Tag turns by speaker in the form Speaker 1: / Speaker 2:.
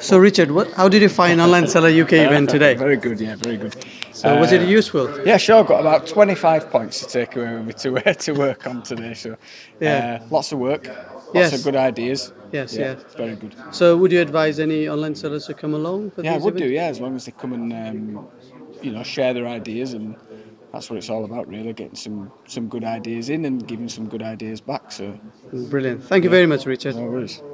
Speaker 1: So, Richard, what, how did you find Online Seller UK event today?
Speaker 2: Very good, yeah, very good. Uh,
Speaker 1: So, was it useful?
Speaker 2: Yeah, sure. Got about 25 points to take away with me to to work on today. So,
Speaker 1: Yeah.
Speaker 2: uh, lots of work, lots
Speaker 1: Yes.
Speaker 2: of good ideas.
Speaker 1: Yes,
Speaker 2: yeah,
Speaker 1: yes.
Speaker 2: very good.
Speaker 1: So, would you advise any online sellers to come along? For
Speaker 2: Yeah, I
Speaker 1: these
Speaker 2: would do.
Speaker 1: events?
Speaker 2: Yeah, as long as they come and um, you know share their ideas, and that's what it's all about, really. Getting some some good ideas in and giving some good ideas back. So,
Speaker 1: Brilliant. Thank you very much, Richard.
Speaker 2: no worries.